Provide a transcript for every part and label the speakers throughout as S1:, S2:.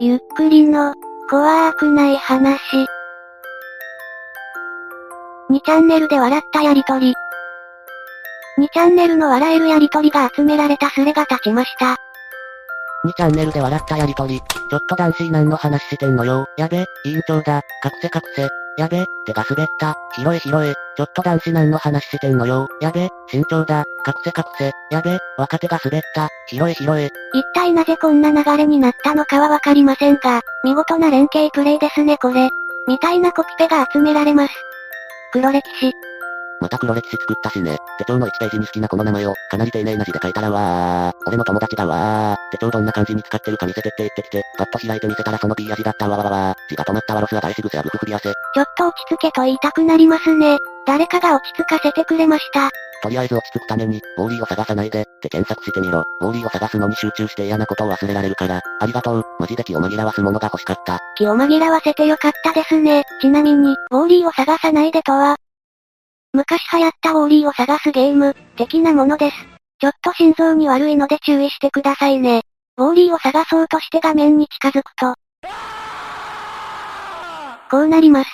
S1: ゆっくりの、怖くない話。2チャンネルで笑ったやりとり。2チャンネルの笑えるやりとりが集められたスレが立ちました。
S2: 2チャンネルで笑ったやりとり。ちょっと男子何の話してんのよ。やべ、委員長だ。隠せ隠せ。やべ、手が滑った。拾え拾え。ちょっと男子何の話してんのよ。やべ、慎重だ。隠せ隠せ。やべ、若手が滑った。拾え拾え。
S1: 一体なぜこんな流れになったのかはわかりませんが、見事な連携プレイですねこれ。みたいなコピペが集められます。黒歴史。
S2: また黒歴史作ったしね。手帳の1ページに好きなこの名前を、かなり丁寧な字で書いたらわー。俺の友達がわー。手帳どんな感じに使ってるか見せてって言ってきて、パッと開いて見せたらその P 味だったわわわわー。字が止まったわロスは大しぐせやぐふふび汗。
S1: ちょっと落ち着けと言いたくなりますね。誰かが落ち着かせてくれました。
S2: とりあえず落ち着くために、ウォーリーを探さないで、って検索してみろ。ウォーリーを探すのに集中して嫌なことを忘れられるから、ありがとう。マジで気を紛らわすものが欲しかった。
S1: 気を紛らわせてよかったですね。ちなみに、ウォーリーを探さないでとは、昔流行ったウォーリーを探すゲーム、的なものです。ちょっと心臓に悪いので注意してくださいね。ウォーリーを探そうとして画面に近づくと、こうなります。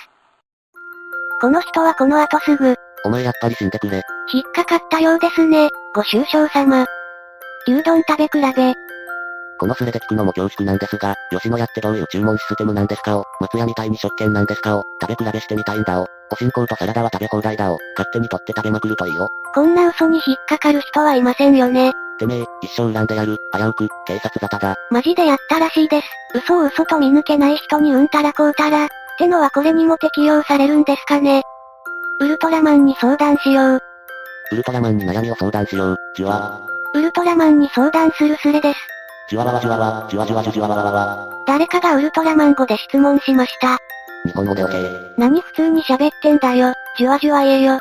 S1: この人はこの後すぐ、
S2: お前やっぱり死んでくれ。
S1: 引っかかったようですね、ご愁傷様。牛丼食べ比べ、
S2: このスレで聞くのも恐縮なんですが、吉野家ってどういう注文システムなんですかを、松屋みたいに食券なんですかを、食べ比べしてみたいんだを、お新香とサラダは食べ放題だを、勝手に取って食べまくるといいよ。
S1: こんな嘘に引っかかる人はいませんよね。
S2: てめえ、一生恨んでやる。危うく、警察沙汰だ。
S1: マジでやったらしいです。嘘を嘘と見抜けない人にうんたらこうたら、ってのはこれにも適用されるんですかね。ウルトラマンに相談しよう。
S2: ウルトラマンに悩みを相談しよう。ジュワ
S1: ウルトラマンに相談するスレです。
S2: ジュワワワジュワワ、ジュワジュワジュジュワワワワ。
S1: 誰かがウルトラマン語で質問しました。
S2: 日本語でオッケー。
S1: 何普通に喋ってんだよ。じゅわじゅわ言えよ。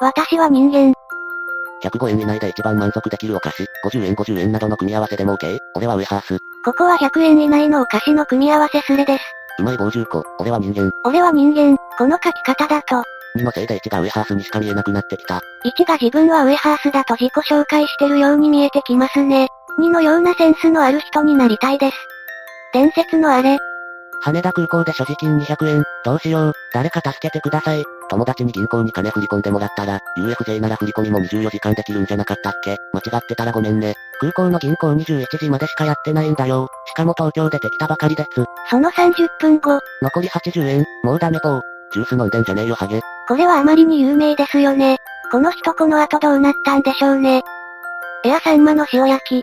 S1: 私は人間。
S2: 105円以内で一番満足できるお菓子、50円50円などの組み合わせでも OK。俺はウエハース。
S1: ここは100円以内のお菓子の組み合わせスレです。
S2: うまい棒10個、俺は人間。
S1: 俺は人間。この書き方だと、
S2: 2のせいで1がウエハースにしか見えなくなってきた。
S1: 1が自分はウエハースだと自己紹介してるように見えてきますね。2のようなセンスのある人になりたいです。伝説のあれ、
S2: 羽田空港で所持金200円。どうしよう。誰か助けてください。友達に銀行に金振り込んでもらったら、UFJ なら振り込みも24時間できるんじゃなかったっけ間違ってたらごめんね。空港の銀行21時までしかやってないんだよ。しかも東京出てきたばかりです。
S1: その30分後、
S2: 残り80円。もうダメぽー。ジュース飲んでんじゃねえよハゲ。
S1: これはあまりに有名ですよね。この人この後どうなったんでしょうね。エアサンマの塩焼き、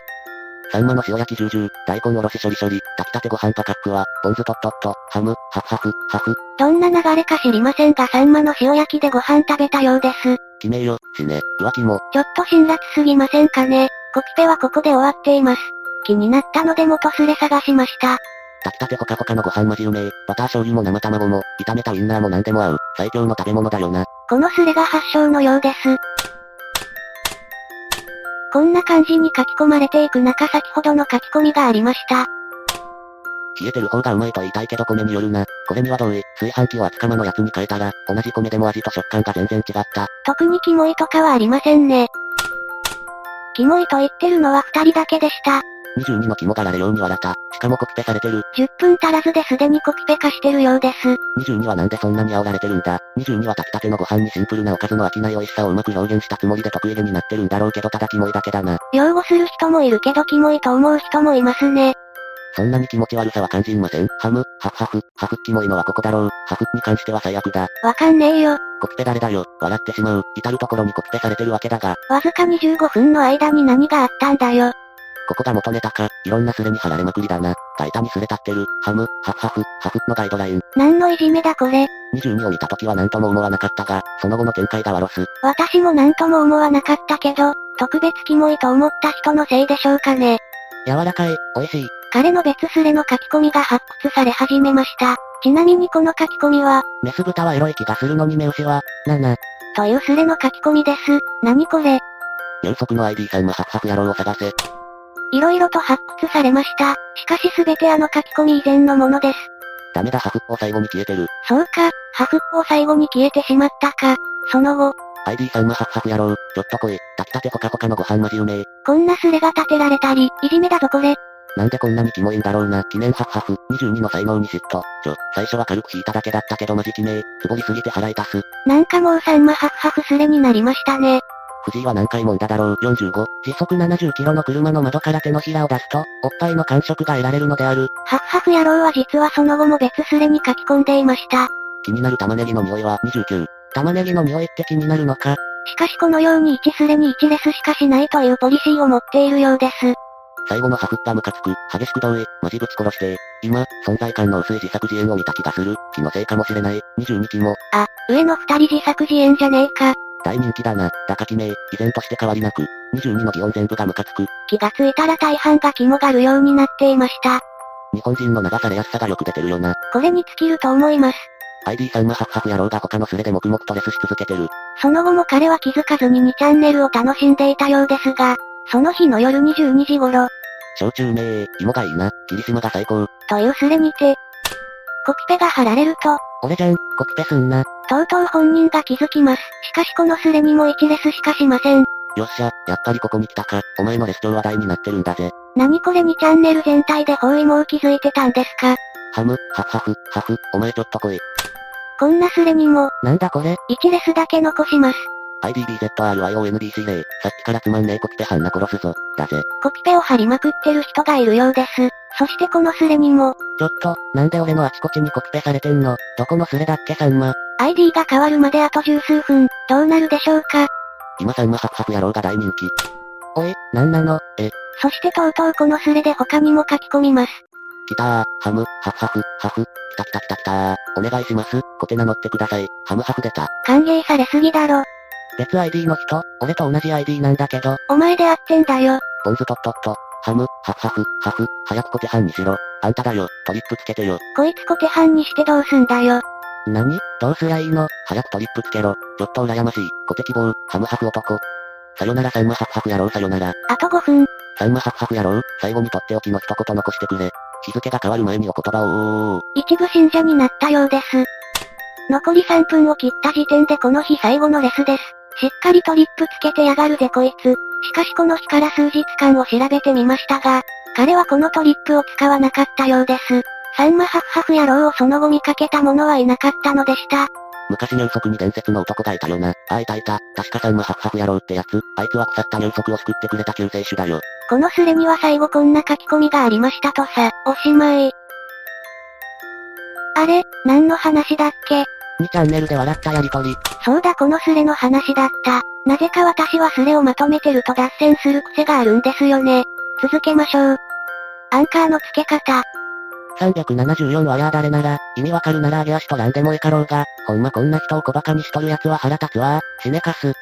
S2: サンマの塩焼きジュージュー、大根おろし処理処理、炊きたてご飯パカックは、ポン酢とっとっと、ハム、ハフハフ、ハフ、
S1: どんな流れか知りませんがサンマの塩焼きでご飯食べたようです。
S2: 決めよ、死ね、浮気も、
S1: ちょっと辛辣すぎませんかね。コピペはここで終わっています。気になったので元スレ探しました。
S2: 炊きたてほかほかのご飯マジうめえ、バター醤油も生卵も、炒めたウインナーも何でも合う、最強の食べ物だよな。
S1: このスレが発祥のようです。こんな感じに書き込まれていく中先ほどの書き込みがありました。
S2: 冷えてる方がうまいと言いたいけど米によるな。これには同意、炊飯器を厚釜のやつに変えたら、同じ米でも味と食感が全然違った。
S1: 特にキモいとかはありませんね。キモいと言ってるのは二人だけでした。
S2: 22の肝がられように笑った。しかもコピペされてる。
S1: 10分足らずですでにコピペ化してるようです。
S2: 22はなんでそんなに煽られてるんだ ?22 は炊きたてのご飯にシンプルなおかずの飽きない美味しさをうまく表現したつもりで得意げになってるんだろうけどただキモいだけだな。
S1: 擁護する人もいるけどキモいと思う人もいますね。
S2: そんなに気持ち悪さは感じんませんハム、ハフハフ、ハフキモいのはここだろう。ハフに関しては最悪だ。
S1: わかんねえよ。
S2: コピペ誰だよ。笑ってしまう。至るところにコピペされてるわけだが、
S1: わずかに15分の間に何があったんだよ。
S2: ここが元ネタか。いろんなスレに貼られまくりだな。大胆にスレ立ってる。ハム、ハフハフ、ハフのガイドライン。
S1: 何のいじめだこれ。
S2: 22を見た時は何とも思わなかったが、その後の展開がワロス。
S1: 私も何とも思わなかったけど、特別キモいと思った人のせいでしょうかね。
S2: 柔らかい、美味しい、
S1: 彼の別スレの書き込みが発掘され始めました。ちなみにこの書き込みは、
S2: メス豚はエロい気がするのにメ牛は、7。
S1: というスレの書き込みです。何これ
S2: 流速の ID さんはハフハフ野郎を探せ。
S1: いろいろと発掘されました。しかしすべてあの書き込み以前のものです。
S2: ダメだハフを最後に消えてる。
S1: そうか、ハフを最後に消えてしまったか。その後、
S2: ID さんはハフハフ野郎。ちょっと来い。炊きたてコカコカのご飯マジうめえ。
S1: こんなスレが立てられたり、いじめだぞこれ。
S2: なんでこんなにキモいんだろうな。記念ハフハフ。22の才能に嫉妬。ちょ、最初は軽く引いただけだったけどマジキメえ。つぼりすぎて腹痛す。
S1: なんかもうサンマハフハフスレになりましたね。
S2: 藤井は何回もんだだろう。45。時速70キロの車の窓から手のひらを出すと、おっぱいの感触が得られるのである。
S1: ハフハフ野郎は実はその後も別スレに書き込んでいました。
S2: 気になる玉ねぎの匂いは29。玉ねぎの匂いって気になるのか
S1: しかしこのように1スレに1レスしかしないというポリシーを持っているようです。
S2: 最後のハフッパムカつく、激しく同意、マジぶち殺して。今、存在感の薄い自作自演を見た気がする。気のせいかもしれない。22期も、
S1: あ、上の二人自作自演じゃねえか。
S2: 大人気だな。高木名、依然として変わりなく。22の擬音全部がムカつく。
S1: 気がついたら大半が肝がるようになっていました。
S2: 日本人の流されやすさがよく出てるよな。
S1: これに尽きると思います。
S2: ID さんはハフハフ野郎が他のスレで黙々とレスし続けてる。
S1: その後も彼は気づかずに2チャンネルを楽しんでいたようですが、その日の夜22時頃、
S2: 焼酎名ー、芋がいいな。霧島が最高。
S1: というスレにて、コピペが貼られると、
S2: 俺じゃん、コピペすんな。
S1: とうとう本人が気づきます。しかしこのスレにも1レスしかしません。
S2: よっしゃ、やっぱりここに来たか。お前のレス調話題になってるんだぜ。
S1: 何これ2チャンネル全体で包囲網気づいてたんですか
S2: ハム、ハフハフ、ハフ、お前ちょっと来い。
S1: こんなスレにも、
S2: なんだこれ
S1: 1レスだけ残します。
S2: ?IDBZRYONBC 0さっきからつまんねえコピペハンナ殺すぞ。だぜ。
S1: コピペを貼りまくってる人がいるようです。そしてこのスレにも、
S2: ちょっと、なんで俺のあちこちにコピペされてんのどこのスレだっけさんま。
S1: ID が変わるまであと十数分、どうなるでしょうか。
S2: 今さんまハフハフ野郎が大人気。おい、なんなのえ、
S1: そしてとうとうこのスレで他にも書き込みます。
S2: 来たー、ハム、ハフハフ、ハフ、来た来た来た来たー、お願いします、コテ名乗ってください、ハムハフ出た。
S1: 歓迎されすぎだろ。
S2: 別 ID の人、俺と同じ ID なんだけど、
S1: お前であってんだよ。
S2: ポンズとっとっと、ハム、ハフハフ、ハフ、早くコテハンにしろ、あんただよ、トリップつけてよ。
S1: こいつ小手半にしてどうすんだよ。
S2: 何どうすりゃいいの早くトリップつけろ。ちょっと羨ましい。コテ希望、ハムハフ男。さよならさんまハフハフ野郎さよなら。
S1: あと5分、
S2: さんまハフハフ野郎、最後にとっておきの一言残してくれ。日付が変わる前にお言葉をおーおーおー
S1: 一部信者になったようです。残り3分を切った時点でこの日最後のレスです。しっかりトリップつけてやがるぜこいつ。しかしこの日から数日間を調べてみましたが、彼はこのトリップを使わなかったようです。サンマハフハフ野郎をその後見かけた者はいなかったのでした。
S2: 昔入足に伝説の男がいたよな。あ、いたいた。確かさんまハフハフ野郎ってやつ。あいつは腐った入足を救ってくれた救世主だよ。
S1: このスレには最後こんな書き込みがありましたとさ、おしまい。あれ、何の話だっけ
S2: 2チャンネルで笑ったやりとり。
S1: そうだこのスレの話だった。なぜか私はスレをまとめてると脱線する癖があるんですよね。続けましょう。アンカーの付け方。
S2: 374ワヤーだれなら、意味わかるなら揚げ足とらんでもいかろうが、ほんまこんな人を小馬鹿にしとるやつは腹立つわー。死ねかす。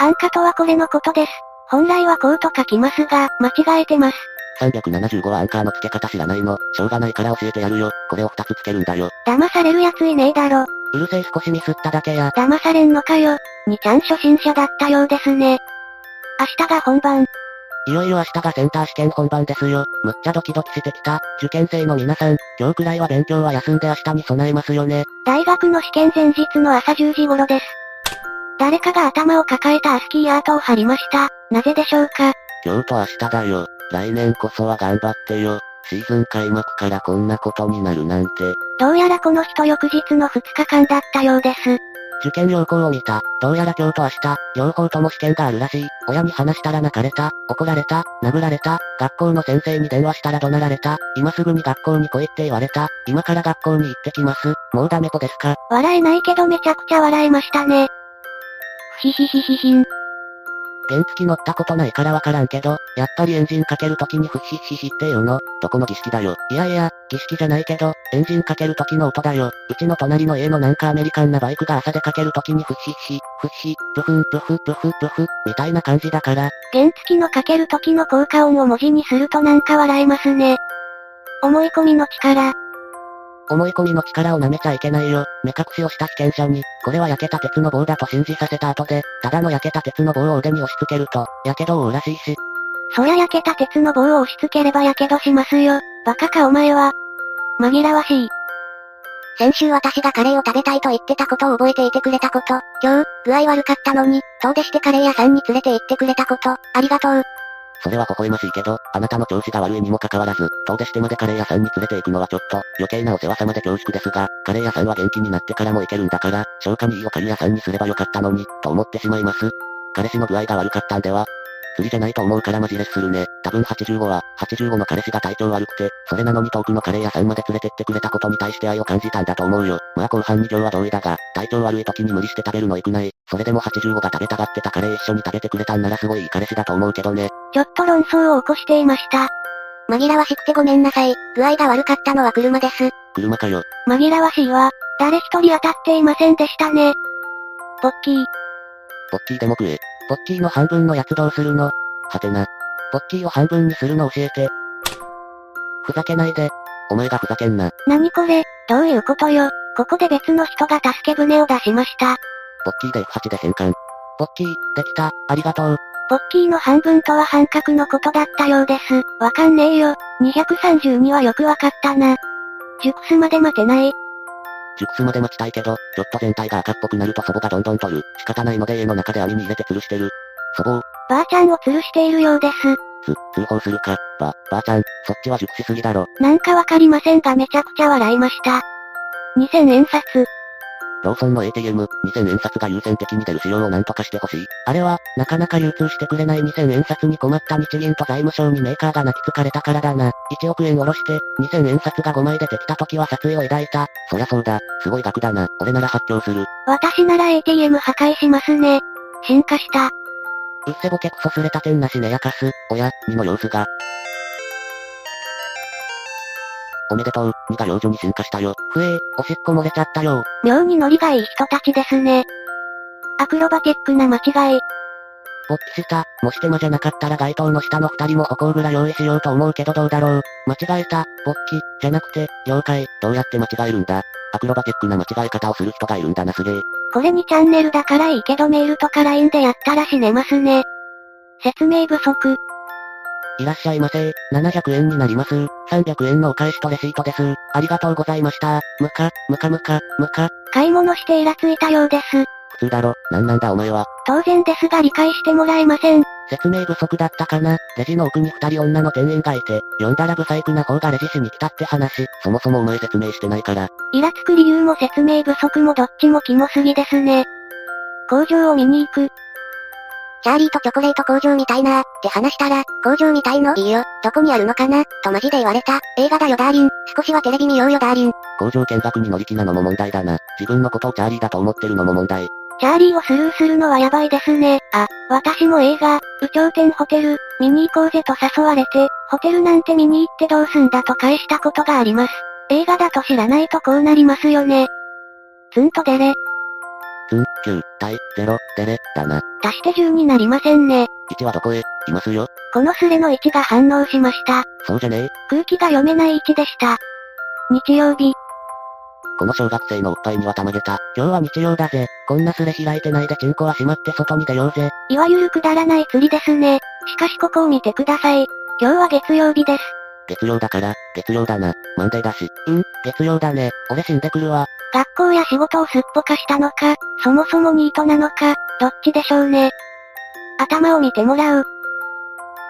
S1: アンカーとはこれのことです。本来はこうと書きますが、間違えてます。
S2: 375はアンカーの付け方知らないの。しょうがないから教えてやるよ。これを2つ付けるんだよ。
S1: 騙されるやついねえだろ。
S2: うるせえ少しミスっただけや。
S1: 騙されんのかよ。にちゃん初心者だったようですね。明日が本番。
S2: いよいよ明日がセンター試験本番ですよ。むっちゃドキドキしてきた。受験生の皆さん、今日くらいは勉強は休んで明日に備えますよね。
S1: 大学の試験前日の朝10時頃です。誰かが頭を抱えたアスキーアートを貼りました。なぜでしょうか
S2: 今日と明日だよ。来年こそは頑張ってよ。シーズン開幕からこんなことになるなんて。
S1: どうやらこの人翌日の2日間だったようです。
S2: 受験要項を見た。どうやら今日と明日、両方とも試験があるらしい。親に話したら泣かれた、怒られた、殴られた、学校の先生に電話したら怒鳴られた、今すぐに学校に来いって言われた、今から学校に行ってきます、もうダメ子ですか。
S1: 笑えないけどめちゃくちゃ笑えましたね。ひひひひひん。
S2: 原付き乗ったことないからわからんけど、やっぱりエンジンかけるときにフッヒッヒヒって言うの、どこの儀式だよ。いやいや、儀式じゃないけど、エンジンかけるときの音だよ。うちの隣の家のなんかアメリカンなバイクが朝出かけるときにフッヒッヒ、フッヒ、プフンプフプフプフ、みたいな感じだから、
S1: 原付きのかける時の効果音を文字にするとなんか笑えますね。思い込みの力。
S2: 思い込みの力を舐めちゃいけないよ。目隠しをした被験者に、これは焼けた鉄の棒だと信じさせた後で、ただの焼けた鉄の棒を腕に押し付けると、火傷を負うらしいし、
S1: そりゃ焼けた鉄の棒を押し付ければ火傷しますよ。バカかお前は。紛らわしい。先週私がカレーを食べたいと言ってたことを覚えていてくれたこと、今日、具合悪かったのに、遠出してカレー屋さんに連れて行ってくれたこと、ありがとう。
S2: それは微笑ましいけど、あなたの調子が悪いにもかかわらず、遠出してまでカレー屋さんに連れて行くのはちょっと、余計なお世話様で恐縮ですが、カレー屋さんは元気になってからも行けるんだから、消化にいいおかゆ屋さんにすればよかったのに、と思ってしまいます。彼氏の具合が悪かったんでは釣りじゃないと思うからマジレスするね。多分85は、85の彼氏が体調悪くて、それなのに遠くのカレー屋さんまで連れてってくれたことに対して愛を感じたんだと思うよ。まあ後半2行は同意だが、体調悪い時に無理して食べるの良くない。それでも85が食べたがってたカレー一緒に食べてくれたんならすごいいい彼氏だと思うけどね。
S1: ちょっと論争を起こしていました。紛らわしくてごめんなさい。具合が悪かったのは車です。
S2: 車かよ。
S1: 紛らわしいわ。誰一人当たっていませんでしたね。ポッキー。
S2: ポッキーでも食え。ポッキーの半分のやつどうするのはてな。ポッキーを半分にするの教えて。ふざけないで。お前がふざけんな。
S1: 何これ、どういうことよ。ここで別の人が助け舟を出しました。
S2: ポッキーで F8 で変換。ポッキー、できた、ありがとう。
S1: ポッキーの半分とは半角のことだったようです。わかんねえよ。232はよくわかったな。熟すまで待てない。
S2: 熟すまで待ちたいけど、ちょっと全体が赤っぽくなると祖母がどんどん取る。仕方ないので家の中で網に入れて吊るしてる。祖母を、
S1: ばあちゃんを吊るしているようです。
S2: つ、通報するか。ば、ばあちゃん、そっちは熟しすぎだろ。
S1: なんかわかりませんがめちゃくちゃ笑いました。2000円札。
S2: ローソンの ATM、2000円札が優先的に出る仕様をなんとかしてほしい。あれは、なかなか流通してくれない2000円札に困った日銀と財務省にメーカーが泣きつかれたからだな。1億円下ろして、2000円札が5枚出てきた時は殺意を抱いた。そりゃそうだ。すごい額だな。俺なら発狂する。
S1: 私なら ATM 破壊しますね。進化した。
S2: うっせぼけクソすれた天なしねやかす、おや、2の様子が。おめでとう、2が幼女に進化したよ。ふえー、おしっこ漏れちゃったよ。
S1: 妙にノリがいい人たちですね。アクロバティックな間違い。
S2: 勃起した、もし手間じゃなかったら街灯の下の二人も歩行ぐらい用意しようと思うけどどうだろう。間違えた、勃起、じゃなくて、了解、どうやって間違えるんだ。アクロバティックな間違え方をする人がいるんだなすげえ。
S1: これにチャンネルだからいいけどメールとか LINE でやったら死ねますね。説明不足。
S2: いらっしゃいませ、700円になります。300円のお返しとレシートです。ありがとうございました。むか、むかむか、むか、
S1: 買い物してイラついたようです。
S2: 普通だろ、なんなんだお前は。
S1: 当然ですが理解してもらえません。
S2: 説明不足だったかなレジの奥に二人女の店員がいて、呼んだらブサイクな方がレジしに来たって話。そもそもお前説明してないから。
S1: イラつく理由も説明不足もどっちもキモすぎですね。工場を見に行く。チャーリーとチョコレート工場みたいなーって話したら、工場みたいのいいよ、どこにあるのかなとマジで言われた。映画だよダーリン、少しはテレビ見ようよダーリン。
S2: 工場見学に乗り気なのも問題だな。自分のことをチャーリーだと思ってるのも問題。
S1: チャーリーをスルーするのはやばいですね。あ、私も映画、宇頂天ホテル、見に行こうぜと誘われて、ホテルなんて見に行ってどうすんだと返したことがあります。映画だと知らないとこうなりますよね。ツンとデレ、
S2: つん、9、対、0、デレ、だな。
S1: 足して10になりませんね。
S2: 1はどこへいますよ。
S1: このスレの位置が反応しました。
S2: そうじゃねえ。
S1: 空気が読めない位置でした。日曜日、
S2: この小学生のおっぱいにはたまげた。今日は日曜だぜ。こんなすれ開いてないでチンコはしまって外に出ようぜ。
S1: いわゆるくだらない釣りですね。しかしここを見てください。今日は月曜日です。
S2: 月曜だから、月曜だな。マンデーだし。うん、月曜だね。俺死んでくるわ。
S1: 学校や仕事をすっぽかしたのか、そもそもニートなのか、どっちでしょうね。頭を見てもらう。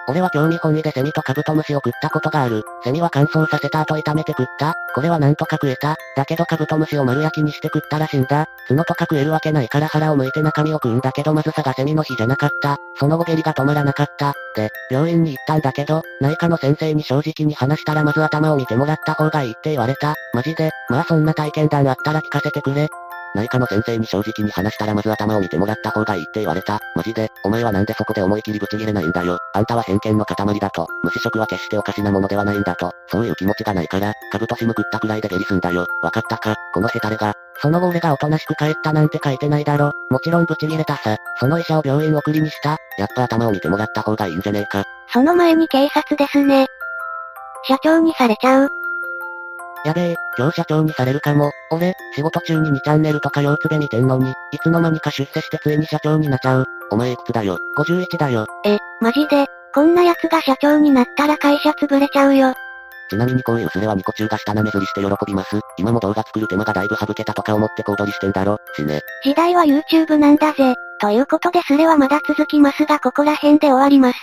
S2: 俺は興味本位でセミとカブトムシを食ったことがある。セミは乾燥させた後炒めて食った。これはなんとか食えた。だけどカブトムシを丸焼きにして食ったら死んだ。角とか食えるわけないから腹を向いて中身を食うんだけどまずさがセミの日じゃなかった。その後下痢が止まらなかった。で、病院に行ったんだけど、内科の先生に正直に話したらまず頭を見てもらった方がいいって言われた。マジで、まあそんな体験談あったら聞かせてくれ。内科の先生に正直に話したらまず頭を見てもらった方がいいって言われた。マジで、お前はなんでそこで思い切りブチ切れないんだよ。あんたは偏見の塊だと、無視食は決しておかしなものではないんだと、そういう気持ちがないから、カブトシム食ったくらいで下痢すんだよ。わかったか、このヘタレが。その後俺がおとなしく帰ったなんて書いてないだろ。もちろんブチ切れたさ。その医者を病院送りにした。やっぱ頭を見てもらった方がいいんじゃねえか。
S1: その前に警察ですね。社長にされちゃう。
S2: やべえ、今日社長にされるかも。俺、仕事中に2チャンネルとか腰つべ見てんのに、いつの間にか出世してついに社長になっちゃう。お前いくつだよ ?51 だよ。
S1: え、マジで、こんな奴が社長になったら会社潰れちゃうよ。
S2: ちなみにこういう薄れはニコ中が下なめずりして喜びます。今も動画作る手間がだいぶ省けたとか思って小躍りしてんだろ。死ね。
S1: 時代は YouTube なんだぜ。ということでスレはまだ続きますがここら辺で終わります。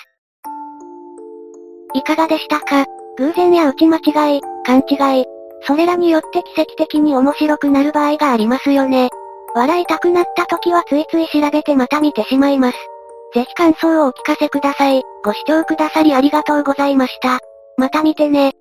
S1: いかがでしたか偶然や打ち間違い、勘違い。それらによって奇跡的に面白くなる場合がありますよね。笑いたくなった時はついつい調べてまた見てしまいます。ぜひ感想をお聞かせください。ご視聴くださりありがとうございました。また見てね。